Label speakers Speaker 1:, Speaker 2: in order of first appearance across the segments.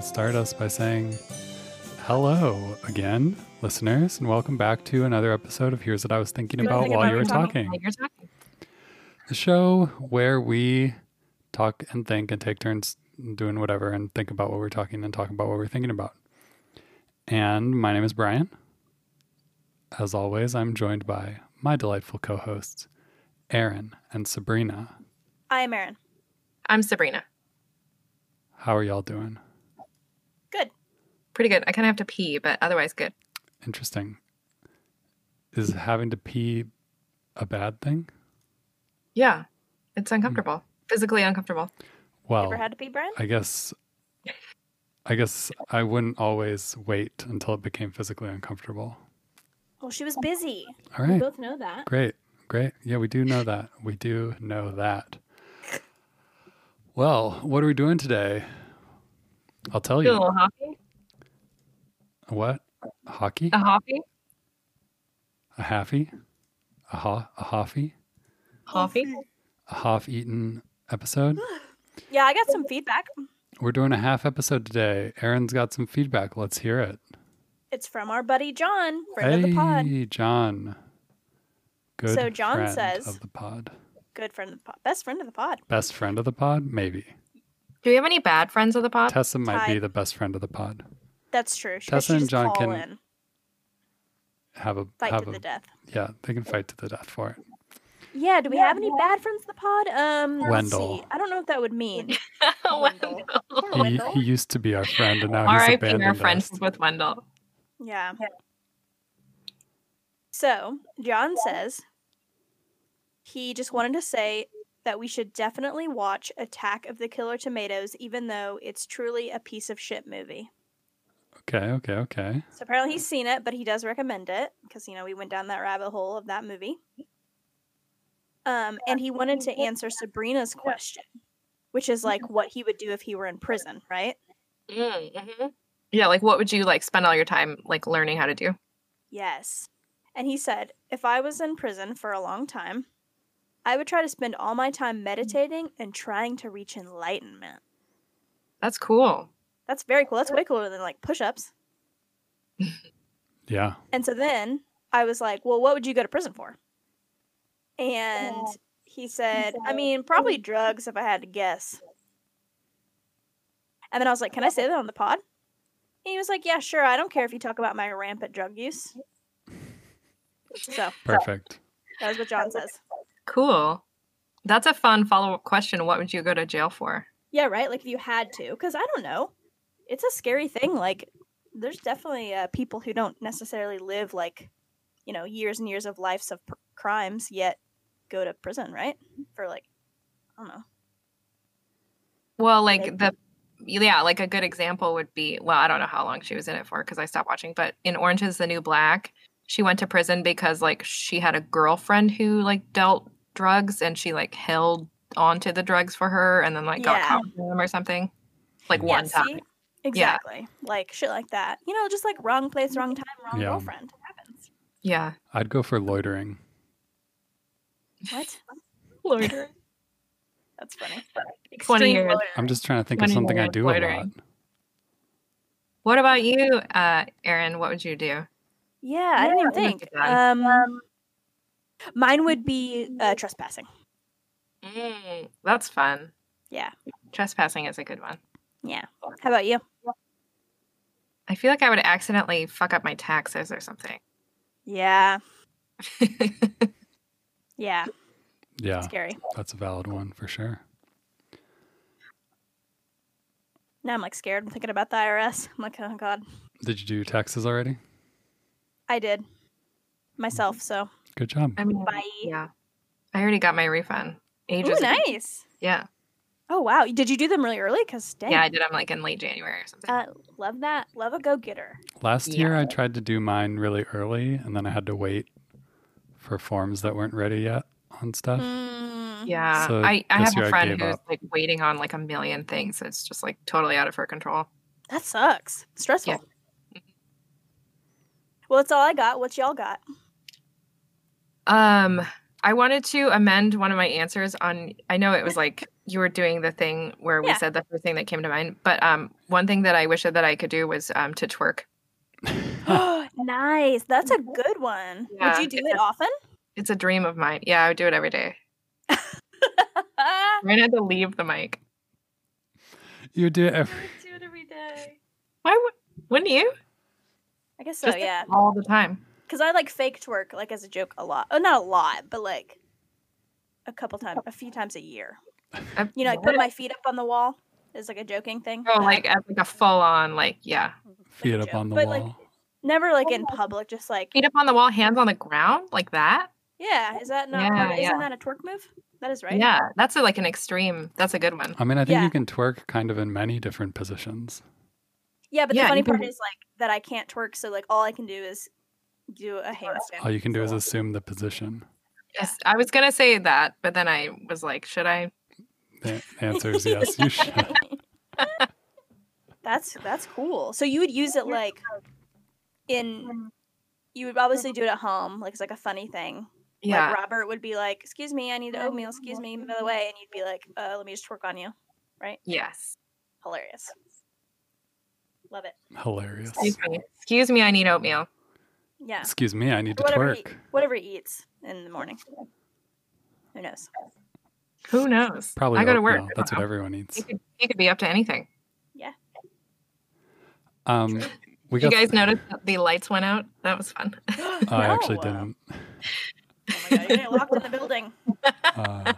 Speaker 1: Stardust by saying, Hello again, listeners, and welcome back to another episode of Here's What I Was Thinking About While You Were Talking,
Speaker 2: You're talking.
Speaker 1: the show where we talk and think and take turns doing whatever and think about what we're talking and talk about what we're thinking about. And my name is Brian. As always, I'm joined by my delightful co hosts, Aaron and Sabrina.
Speaker 3: I am Erin.
Speaker 2: I'm Sabrina.
Speaker 1: How are y'all doing?
Speaker 3: Good.
Speaker 2: Pretty good. I kind of have to pee, but otherwise good.
Speaker 1: Interesting. Is having to pee a bad thing?
Speaker 2: Yeah, it's
Speaker 1: Hmm.
Speaker 2: uncomfortable, physically uncomfortable.
Speaker 1: Well,
Speaker 3: Ever had to pee, Brian?
Speaker 1: I guess I guess I wouldn't always wait until it became physically uncomfortable.
Speaker 3: Well, Oh, she was busy.
Speaker 1: All right.
Speaker 3: both know that.
Speaker 1: Great. Great. Yeah, we do know that. We do know that. Well, what are we doing today? I'll tell
Speaker 2: Feel a
Speaker 1: you.
Speaker 2: little hoppy.
Speaker 1: What? Hockey?
Speaker 2: A hoppy.
Speaker 1: A halfie? A ha a hoffy?
Speaker 2: Hoppy.
Speaker 1: A half eaten episode?
Speaker 3: Yeah, I got some feedback.
Speaker 1: We're doing a half episode today. Aaron's got some feedback. Let's hear it.
Speaker 3: It's from our buddy John, friend of the pod.
Speaker 1: Hey, John. Good
Speaker 3: So John
Speaker 1: friend
Speaker 3: says-
Speaker 1: of the pod.
Speaker 3: Good friend of the pod. Best friend of the pod.
Speaker 1: Best friend of the pod? Maybe.
Speaker 2: Do we have any bad friends of the pod?
Speaker 1: Tessa might be
Speaker 3: Ty-
Speaker 1: the best friend of the pod.
Speaker 3: That's true. She,
Speaker 1: Tessa
Speaker 3: she
Speaker 1: and
Speaker 3: just
Speaker 1: John
Speaker 3: call
Speaker 1: can
Speaker 3: in,
Speaker 1: Have a
Speaker 3: fight
Speaker 1: have
Speaker 3: to
Speaker 1: a
Speaker 3: the death.
Speaker 1: yeah, they can fight to the death for it.
Speaker 3: Yeah, do we have any bad friends of the pod? Um, let's
Speaker 1: Wendell.
Speaker 3: see. I don't know what that would mean.
Speaker 2: Wendell.
Speaker 3: Poor
Speaker 1: He,
Speaker 3: Wendell.
Speaker 1: he used to be our friend and now he's
Speaker 2: R.I.P. Our
Speaker 1: abandoned
Speaker 2: friends
Speaker 1: us.
Speaker 2: with Wendell.
Speaker 3: Yeah. So, John says he just wanted to say that we should definitely watch Attack of the Killer Tomatoes, even though it's truly a piece of shit movie.
Speaker 1: Okay, okay, okay.
Speaker 3: So, apparently, he's seen it, but he does recommend it because, you know, we went down that rabbit hole of that movie. Um, and he wanted to answer Sabrina's question, which is like what he would do if he were in prison, right?
Speaker 2: Mm-hmm. Yeah, like what would you like spend all your time like learning how to do?
Speaker 3: Yes. And he said, if I was in prison for a long time, I would try to spend all my time meditating and trying to reach enlightenment.
Speaker 2: That's cool.
Speaker 3: That's very cool. That's way cooler than like push ups.
Speaker 1: Yeah.
Speaker 3: And so then I was like, well, what would you go to prison for? And he said, I mean, probably drugs if I had to guess. And then I was like, can I say that on the pod? And he was like, yeah, sure. I don't care if you talk about my rampant drug use. So
Speaker 1: Perfect.
Speaker 3: that was what John says.
Speaker 2: Cool. That's a fun follow up question. What would you go to jail for?
Speaker 3: Yeah, right. Like if you had to, because I don't know, it's a scary thing. Like there's definitely uh, people who don't necessarily live like you know years and years of lives of pr- crimes yet go to prison, right? For like I don't know.
Speaker 2: Well, like
Speaker 3: Like-
Speaker 2: the yeah, like a good example would be well, I don't know how long she was in it for because I stopped watching, but in Orange is the New Black, she went to prison because like she had a girlfriend who like dealt drugs and she like held onto the drugs for her and then like got
Speaker 3: Yeah.
Speaker 2: caught with them or something. Like
Speaker 1: Yeah,
Speaker 2: one
Speaker 3: yeah,
Speaker 2: time.
Speaker 3: see, exactly. Like shit like that. You know, just like wrong place, wrong time, wrong
Speaker 1: Yeah.
Speaker 3: girlfriend. It happens.
Speaker 2: Yeah.
Speaker 1: I'd go for loitering.
Speaker 3: What?
Speaker 2: Loiter.
Speaker 3: That's funny.
Speaker 2: 20
Speaker 3: Extreme
Speaker 2: years.
Speaker 3: loitering.
Speaker 1: I'm just trying to think of
Speaker 2: Running
Speaker 1: something I
Speaker 2: around
Speaker 1: do a lot.
Speaker 2: loitering. What about you, uh, Erin? What would you do?
Speaker 3: Yeah,
Speaker 2: Yeah,
Speaker 3: I didn't even
Speaker 2: I think
Speaker 3: think.
Speaker 2: it's bad.
Speaker 3: Um, mine would be uh, trespassing.
Speaker 2: Mm, that's fun.
Speaker 3: Yeah.
Speaker 2: Trespassing is a good one.
Speaker 3: How about you?
Speaker 2: I feel like I would accidentally fuck up my taxes or something.
Speaker 3: Yeah, yeah.
Speaker 1: Yeah,
Speaker 3: Scary.
Speaker 1: that's a valid one for sure.
Speaker 3: Now I'm like scared. I'm thinking about the IRS. I'm like, oh god,
Speaker 1: Did you do taxes already?
Speaker 3: I did myself. So
Speaker 1: Good job.
Speaker 2: I mean,
Speaker 3: bye.
Speaker 2: Yeah. I already got my refund.
Speaker 3: Ooh,
Speaker 2: Ages. ago.
Speaker 3: nice.
Speaker 2: Yeah.
Speaker 3: Oh wow, did you do them really early? Cause dang,
Speaker 2: Yeah, I did them like in late January or something.
Speaker 3: uh, love that. Love a go getter.
Speaker 1: Last
Speaker 2: Yeah.
Speaker 1: year I tried to do mine really early and then I had to wait for forms that weren't ready yet on stuff.
Speaker 3: Mm. mm-hmm.
Speaker 2: yeah.
Speaker 1: so
Speaker 2: I, I
Speaker 1: this
Speaker 2: have
Speaker 1: year I
Speaker 2: a friend
Speaker 1: gave
Speaker 2: who's
Speaker 1: up.
Speaker 2: like waiting on like a million things. It's just like totally out of her control.
Speaker 3: That sucks. Stressful. Mm-hmm.
Speaker 2: Yeah.
Speaker 3: Well, that's all I got. What y'all got?
Speaker 2: Um, I wanted to amend one of my answers on I know it was like you were doing the thing where we
Speaker 3: Yeah.
Speaker 2: said the first thing that came to mind, but um one thing that I wish that I could do was um to twerk.
Speaker 3: nice. That's a good one.
Speaker 2: Yeah.
Speaker 3: Would you do it often?
Speaker 2: It's a dream of mine. Yeah, I would do it every day. Ryan had to leave the mic.
Speaker 1: you do it every.
Speaker 3: do it every day.
Speaker 2: Why would wouldn't you?
Speaker 3: I guess so,
Speaker 2: Just
Speaker 3: yeah.
Speaker 2: all the time.
Speaker 3: Because I like fake twerk, like as a joke, a lot. Oh, not a lot, but like a couple times, a few times a year.
Speaker 2: I-
Speaker 3: You know, I put my feet up on the wall. It's like a joking thing.
Speaker 2: oh, like as like a full on like yeah,
Speaker 1: Feet
Speaker 3: a
Speaker 1: up
Speaker 3: joke,
Speaker 1: on the
Speaker 3: but, like-
Speaker 1: wall.
Speaker 3: Never like in
Speaker 2: Oh.
Speaker 3: public, just like
Speaker 2: feet up on the wall, hands on the ground like that.
Speaker 3: yeah. Is that not?
Speaker 2: Yeah,
Speaker 3: part- isn't
Speaker 2: yeah.
Speaker 3: that a twerk move? That is right.
Speaker 2: Yeah, that's a, like an extreme. That's a good one.
Speaker 1: I mean, I think
Speaker 3: yeah.
Speaker 1: you can twerk kind of in many different positions.
Speaker 3: Yeah, but
Speaker 2: Yeah,
Speaker 3: the funny
Speaker 2: you can
Speaker 3: part is like that I can't twerk, so like all I can do is do a handstand.
Speaker 1: All you can do is assume the position.
Speaker 2: Yes, I was gonna say that, but then I was like, should I?
Speaker 1: The answer is yes. You should.
Speaker 3: That's that's cool. So you would use it like in you would obviously do it at home, like it's like a funny thing.
Speaker 2: Yeah,
Speaker 3: Like Robert would be like, "Excuse me, I need oatmeal. Excuse me, by the way," and you'd be like, uh, "Let me just twerk on you."
Speaker 2: yes.
Speaker 3: Hilarious. Love it.
Speaker 1: Hilarious.
Speaker 2: Excuse me. Excuse me, I need oatmeal.
Speaker 3: Yeah.
Speaker 1: Excuse me, I need to
Speaker 3: Whatever he,
Speaker 1: twerk.
Speaker 3: whatever he eats in the morning. Who knows?
Speaker 2: Who knows?
Speaker 1: Probably
Speaker 2: I go to
Speaker 1: oatmeal.
Speaker 2: work. I
Speaker 1: That's
Speaker 2: don't
Speaker 1: what
Speaker 2: know.
Speaker 1: everyone eats.
Speaker 2: He could, he could be up to anything.
Speaker 1: Um, we
Speaker 2: You
Speaker 1: got.
Speaker 2: guys noticed that the lights went out? That was fun.
Speaker 1: I actually
Speaker 3: No.
Speaker 1: didn't.
Speaker 3: Oh my god, you're getting locked in the building.
Speaker 1: Uh,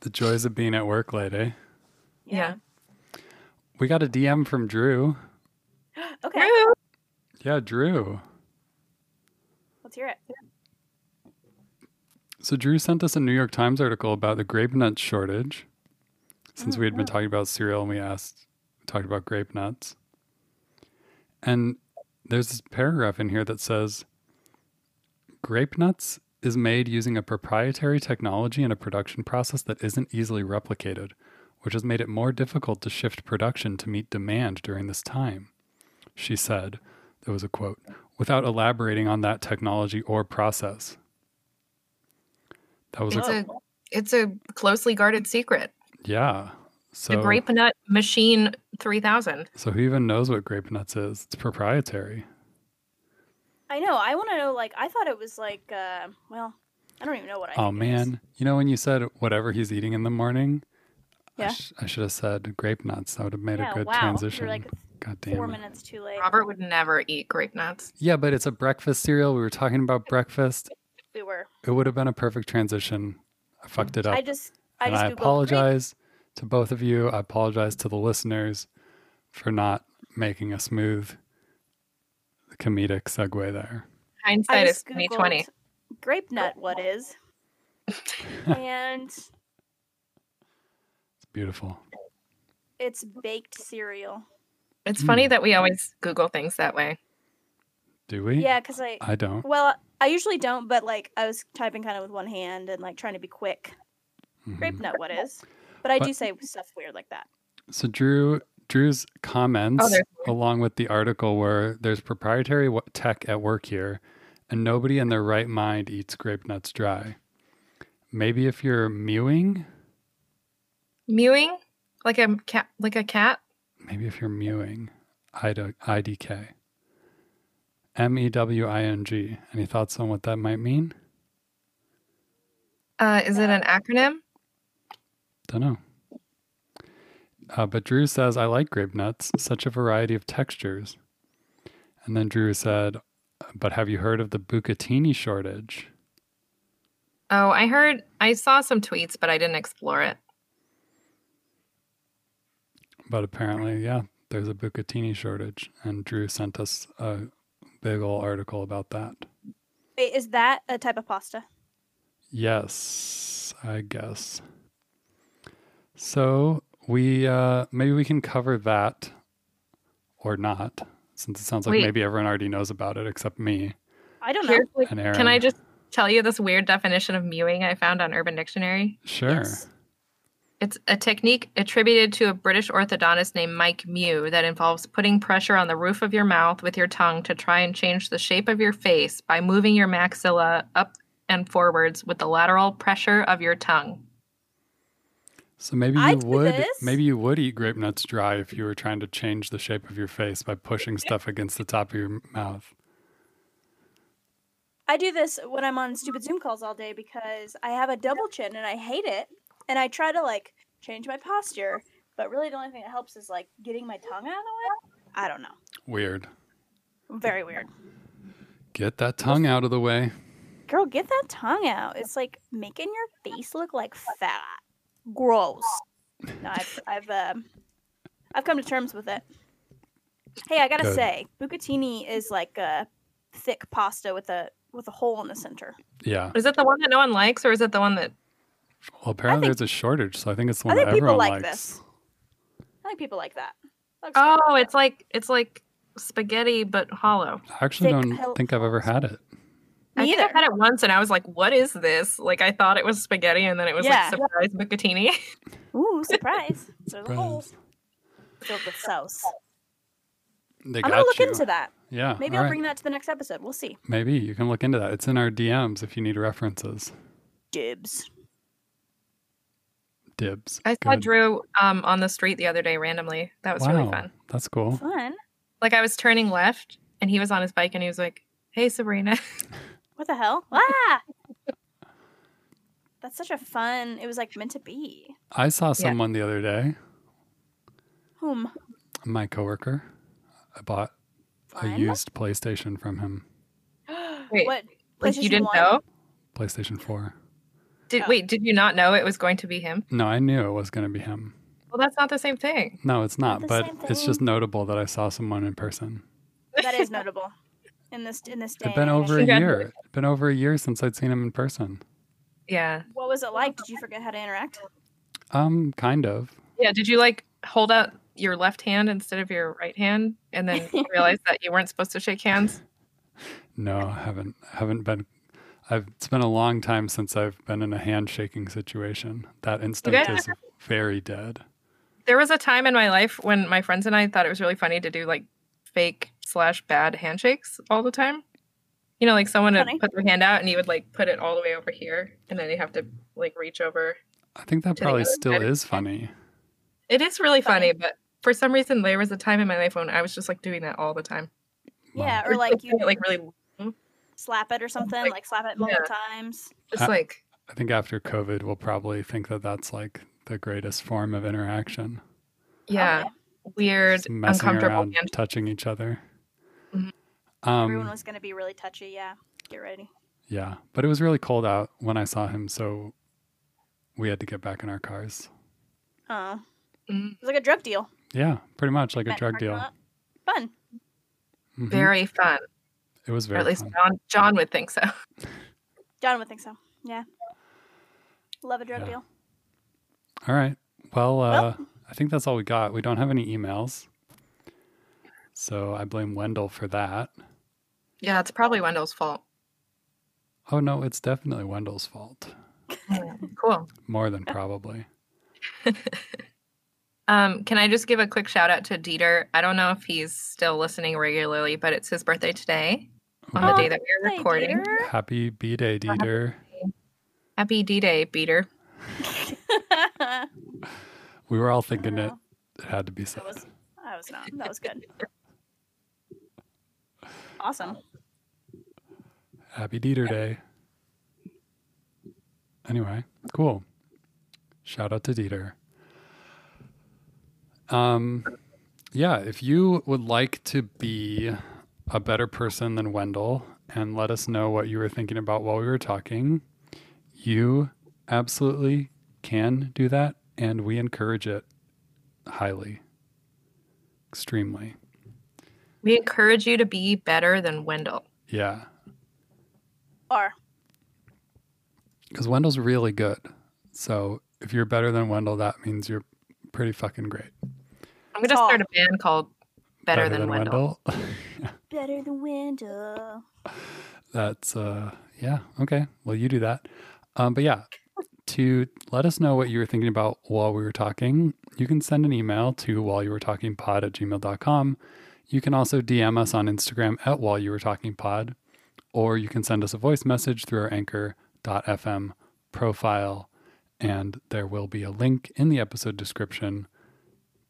Speaker 1: the joys of being at work late, eh?
Speaker 2: Yeah.
Speaker 1: We got a DM from Drew.
Speaker 3: Okay.
Speaker 2: Woo!
Speaker 1: Yeah, Drew.
Speaker 3: Let's hear it.
Speaker 1: So Drew sent us a New York Times article about the grape nut shortage. Since we had been talking about cereal and we asked talked about grape nuts. And there's this paragraph in here that says grape nuts is made using a proprietary technology and a production process that isn't easily replicated, which has made it more difficult to shift production to meet demand during this time. She said, there was a quote, without elaborating on that technology or process. That was
Speaker 2: It's
Speaker 1: a,
Speaker 2: a it's a closely guarded secret.
Speaker 1: yeah. So
Speaker 2: The grape nut machine three thousand.
Speaker 1: So who even knows what grape nuts is? It's proprietary.
Speaker 3: I know. I want to know. Like, I thought it was like, uh, well, I don't even know what I.
Speaker 1: oh
Speaker 3: think it is.
Speaker 1: man, you know when you said whatever he's eating in the morning, I,
Speaker 3: Yeah.
Speaker 1: sh- I should have said grape nuts. That would have made
Speaker 3: yeah,
Speaker 1: a good
Speaker 3: wow.
Speaker 1: transition.
Speaker 3: You're like
Speaker 1: God damn
Speaker 3: four
Speaker 1: it.
Speaker 3: minutes too late.
Speaker 2: Robert would never eat grape nuts.
Speaker 1: Yeah, but it's a breakfast cereal. We were talking about breakfast.
Speaker 3: We were.
Speaker 1: It would have been a perfect transition. I fucked it up,
Speaker 3: Mm. I just. I
Speaker 1: and
Speaker 3: just
Speaker 1: I
Speaker 3: Googled grape-
Speaker 1: apologize to both of you. I apologize to the listeners for not making a smooth comedic segue there.
Speaker 2: Hindsight
Speaker 3: I
Speaker 2: is
Speaker 3: just
Speaker 2: twenty twenty.
Speaker 3: Googled Grape nut. What is? and
Speaker 1: It's beautiful.
Speaker 3: it's baked cereal.
Speaker 2: It's
Speaker 1: Hmm.
Speaker 2: funny that we always Google things that way.
Speaker 1: Do we?
Speaker 3: Yeah, because I.
Speaker 1: I don't.
Speaker 3: Well, I usually don't, but like I was typing kind of with one hand and like trying to be quick.
Speaker 1: Mhm.
Speaker 3: Grape nut. What is? But I
Speaker 1: But-
Speaker 3: do say stuff weird like that.
Speaker 1: So Drew Drew's comments
Speaker 2: Oh, there's
Speaker 1: along with the article were there's proprietary w- tech at work here and nobody in their right mind eats grape nuts dry. Maybe if you're mewing,
Speaker 2: mewing like a cat, like a cat.
Speaker 1: maybe if you're mewing, I D- IDK. M E W I N G. Any thoughts on what that might mean?
Speaker 2: Uh, is it an acronym?
Speaker 1: Don't know. Uh, but Drew says, I like grape nuts, such a variety of textures. And then Drew said, But have you heard of the bucatini shortage?
Speaker 2: Oh, I heard, I saw some tweets, but I didn't explore it.
Speaker 1: But apparently, yeah, there's a bucatini shortage, and Drew sent us a big ol' article about that.
Speaker 3: Wait, is that a type of pasta?
Speaker 1: Yes, I guess. So we uh, maybe we can cover that, or not, since it sounds like
Speaker 2: Wait.
Speaker 1: maybe everyone already knows about it except me
Speaker 3: I don't know.
Speaker 2: Here's like-
Speaker 1: and Aaron.
Speaker 2: can I just tell you this weird definition of mewing I found on Urban Dictionary?
Speaker 1: Sure.
Speaker 3: Yes.
Speaker 2: It's a technique attributed to a British orthodontist named Mike Mew that involves putting pressure on the roof of your mouth with your tongue to try and change the shape of your face by moving your maxilla up and forwards with the lateral pressure of your tongue.
Speaker 1: So maybe you
Speaker 3: I'd do
Speaker 1: would
Speaker 3: this.
Speaker 1: maybe you would eat grape nuts dry if you were trying to change the shape of your face by pushing stuff against the top of your mouth.
Speaker 3: I do this when I'm on stupid Zoom calls all day because I have a double chin and I hate it. And I try to like change my posture, but really the only thing that helps is like getting my tongue out of the way. I don't know.
Speaker 1: Weird.
Speaker 3: Very weird.
Speaker 1: Get that tongue out of the way.
Speaker 3: Girl, get that tongue out. It's like making your face look like fat. Gross. No, I've I've um, I've come to terms with it. Hey, I gotta
Speaker 1: Good.
Speaker 3: say, bucatini is like a thick pasta with a with a hole in the center.
Speaker 1: Yeah.
Speaker 2: Is it the one that no one likes, or is it the one that
Speaker 1: Well, apparently
Speaker 3: think-
Speaker 1: there's a shortage, so I think it's the
Speaker 3: I
Speaker 1: one
Speaker 3: think
Speaker 1: that
Speaker 3: people
Speaker 1: everyone
Speaker 3: like
Speaker 1: likes.
Speaker 3: this. I think people like that. Looks good.
Speaker 2: Oh, it's like it's like spaghetti but hollow.
Speaker 1: I actually
Speaker 3: Thick
Speaker 1: don't
Speaker 3: hell-
Speaker 1: think I've ever had it.
Speaker 2: I
Speaker 3: Me
Speaker 2: think I've
Speaker 3: either.
Speaker 2: had it once and I was like, what is this? Like I thought it was spaghetti and then it was
Speaker 3: Yeah.
Speaker 2: like surprise bucatini.
Speaker 3: Ooh, surprise! There's a hole
Speaker 1: Surprise.
Speaker 3: filled with sauce.
Speaker 1: They
Speaker 3: I'm
Speaker 1: got
Speaker 3: gonna look
Speaker 1: you.
Speaker 3: into that.
Speaker 1: yeah.
Speaker 3: Maybe
Speaker 1: all
Speaker 3: I'll
Speaker 1: right.
Speaker 3: bring that to the next episode. We'll see.
Speaker 1: Maybe you can look into that. It's in our DMs if you need references.
Speaker 3: Dibs.
Speaker 1: Dibs.
Speaker 2: I saw
Speaker 1: Good.
Speaker 2: Drew um, on the street the other day randomly. That was
Speaker 1: wow.
Speaker 2: really fun.
Speaker 1: That's cool.
Speaker 3: Fun.
Speaker 2: Like I was turning left and he was on his bike and he was like, Hey Sabrina.
Speaker 3: What the hell? Ah! That's such a fun. It was like meant to be.
Speaker 1: I saw someone the other day,
Speaker 3: Whom?
Speaker 1: my coworker. I bought a
Speaker 3: Fun?
Speaker 1: used PlayStation from him,
Speaker 2: Wait,
Speaker 3: what?
Speaker 2: Like you
Speaker 3: PlayStation
Speaker 2: didn't
Speaker 3: 1?
Speaker 2: know?
Speaker 1: PlayStation 4.
Speaker 2: Did
Speaker 3: Oh.
Speaker 2: wait, did you not know it was going to be him?
Speaker 1: No, I knew it was going to be him.
Speaker 2: Well that's not the same thing.
Speaker 1: No, it's not,
Speaker 3: Not the
Speaker 1: but
Speaker 3: same
Speaker 1: it's
Speaker 3: thing.
Speaker 1: just notable that I saw someone in person.
Speaker 3: That is notable. In this in this day.
Speaker 1: It's been
Speaker 3: and
Speaker 1: over a
Speaker 3: age.
Speaker 1: year. It's been over a year since I'd seen him in person.
Speaker 2: Yeah.
Speaker 3: What was it like? Did you forget how to interact?
Speaker 1: Um, kind of.
Speaker 2: Yeah. Did you like hold out your left hand instead of your right hand and then realize that you weren't supposed to shake hands?
Speaker 1: No, I haven't. I haven't been. I've. It's been a long time since I've been in a handshaking situation. That instinct is
Speaker 2: guys-
Speaker 1: very dead.
Speaker 2: there was a time in my life when my friends and I thought it was really funny to do like fake slash bad handshakes all the time. You know, like someone
Speaker 3: Funny.
Speaker 2: would put their hand out and you would like put it all the way over here, and then you have to like reach over.
Speaker 1: I think that
Speaker 2: To the
Speaker 1: probably
Speaker 2: other
Speaker 1: still
Speaker 2: side.
Speaker 1: is funny.
Speaker 2: It is really
Speaker 3: Funny.
Speaker 2: funny, but for some reason there was a time in my life when I was just like doing that all the time.
Speaker 1: Wow.
Speaker 3: Yeah, or like you
Speaker 2: like really
Speaker 3: slap it or something,
Speaker 2: Like,
Speaker 3: like slap it multiple times.
Speaker 2: just
Speaker 1: I-
Speaker 2: like
Speaker 1: I think after COVID, we'll probably think that that's like the greatest form of interaction.
Speaker 2: yeah,
Speaker 3: Okay.
Speaker 2: weird,
Speaker 1: Just messing
Speaker 2: uncomfortable
Speaker 1: around,
Speaker 2: hand.
Speaker 1: touching each other.
Speaker 2: Mhm.
Speaker 1: Um,
Speaker 3: Everyone was gonna be really touchy. Yeah. Get ready.
Speaker 1: yeah, but it was really cold out when I saw him, so we had to get back in our cars.
Speaker 3: Oh.
Speaker 2: Mm.
Speaker 3: It was like a drug deal.
Speaker 1: Yeah, pretty much like a
Speaker 3: Met in
Speaker 1: drug
Speaker 3: parking
Speaker 1: deal.
Speaker 3: lot. Fun.
Speaker 1: Mhm.
Speaker 2: Very fun.
Speaker 1: It was
Speaker 2: Or
Speaker 1: very
Speaker 2: at least
Speaker 1: fun.
Speaker 2: John John would think so.
Speaker 3: John would think so. Yeah. Love a drug
Speaker 1: Yeah.
Speaker 3: deal.
Speaker 1: All right. Well, uh,
Speaker 3: Well-
Speaker 1: I think that's all we got. We don't have any emails. So I blame Wendell for that.
Speaker 2: Yeah, it's probably Wendell's fault.
Speaker 1: Oh, no, it's definitely Wendell's fault.
Speaker 2: cool.
Speaker 1: More than probably.
Speaker 2: Um, can I just give a quick shout out to Dieter? I don't know if he's still listening regularly, but it's his birthday today on
Speaker 3: Oh,
Speaker 2: the day that we're
Speaker 3: Hey,
Speaker 2: recording.
Speaker 3: Dieter.
Speaker 1: Happy B Day, Dieter.
Speaker 2: Happy D Day, Beater.
Speaker 3: I
Speaker 1: We were all thinking it,
Speaker 3: know.
Speaker 1: it had to be said.
Speaker 3: That was I was not. That was good. Awesome.
Speaker 1: Happy Dieter Day. Anyway, cool. Shout out to Dieter. Um, yeah, if you would like to be a better person than Wendell and let us know what you were thinking about while we were talking, you absolutely can do that, and we encourage it highly, extremely.
Speaker 2: We encourage you to be better than Wendell.
Speaker 1: Yeah,
Speaker 3: Or
Speaker 1: because Wendell's really good. So if you're better than Wendell, that means you're pretty fucking great.
Speaker 2: I'm gonna
Speaker 3: Tall.
Speaker 2: start a band called Better, than, Wendell.
Speaker 3: better than window.
Speaker 1: That's uh, yeah, okay. Well, you do that. Um, but yeah, to let us know what you were thinking about while we were talking, you can send an email to while you were talking pod at gmail.com. You can also DM us on Instagram at while you were talking pod. or you can send us a voice message through our anchor.fm profile. And there will be a link in the episode description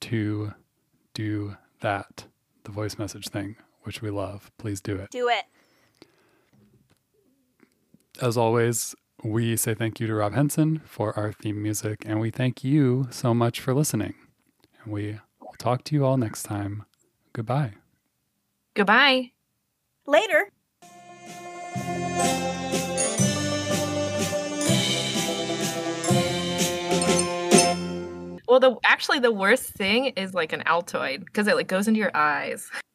Speaker 1: to do that, the voice message thing, which we love. Please do it.
Speaker 3: Do it.
Speaker 1: As always, we say thank you to Rob Henson for our theme music, and we thank you so much for listening. And we will talk to you all next time. Goodbye.
Speaker 2: Goodbye.
Speaker 3: Later.
Speaker 2: Well, the actually the worst thing is like an Altoid because it like goes into your eyes.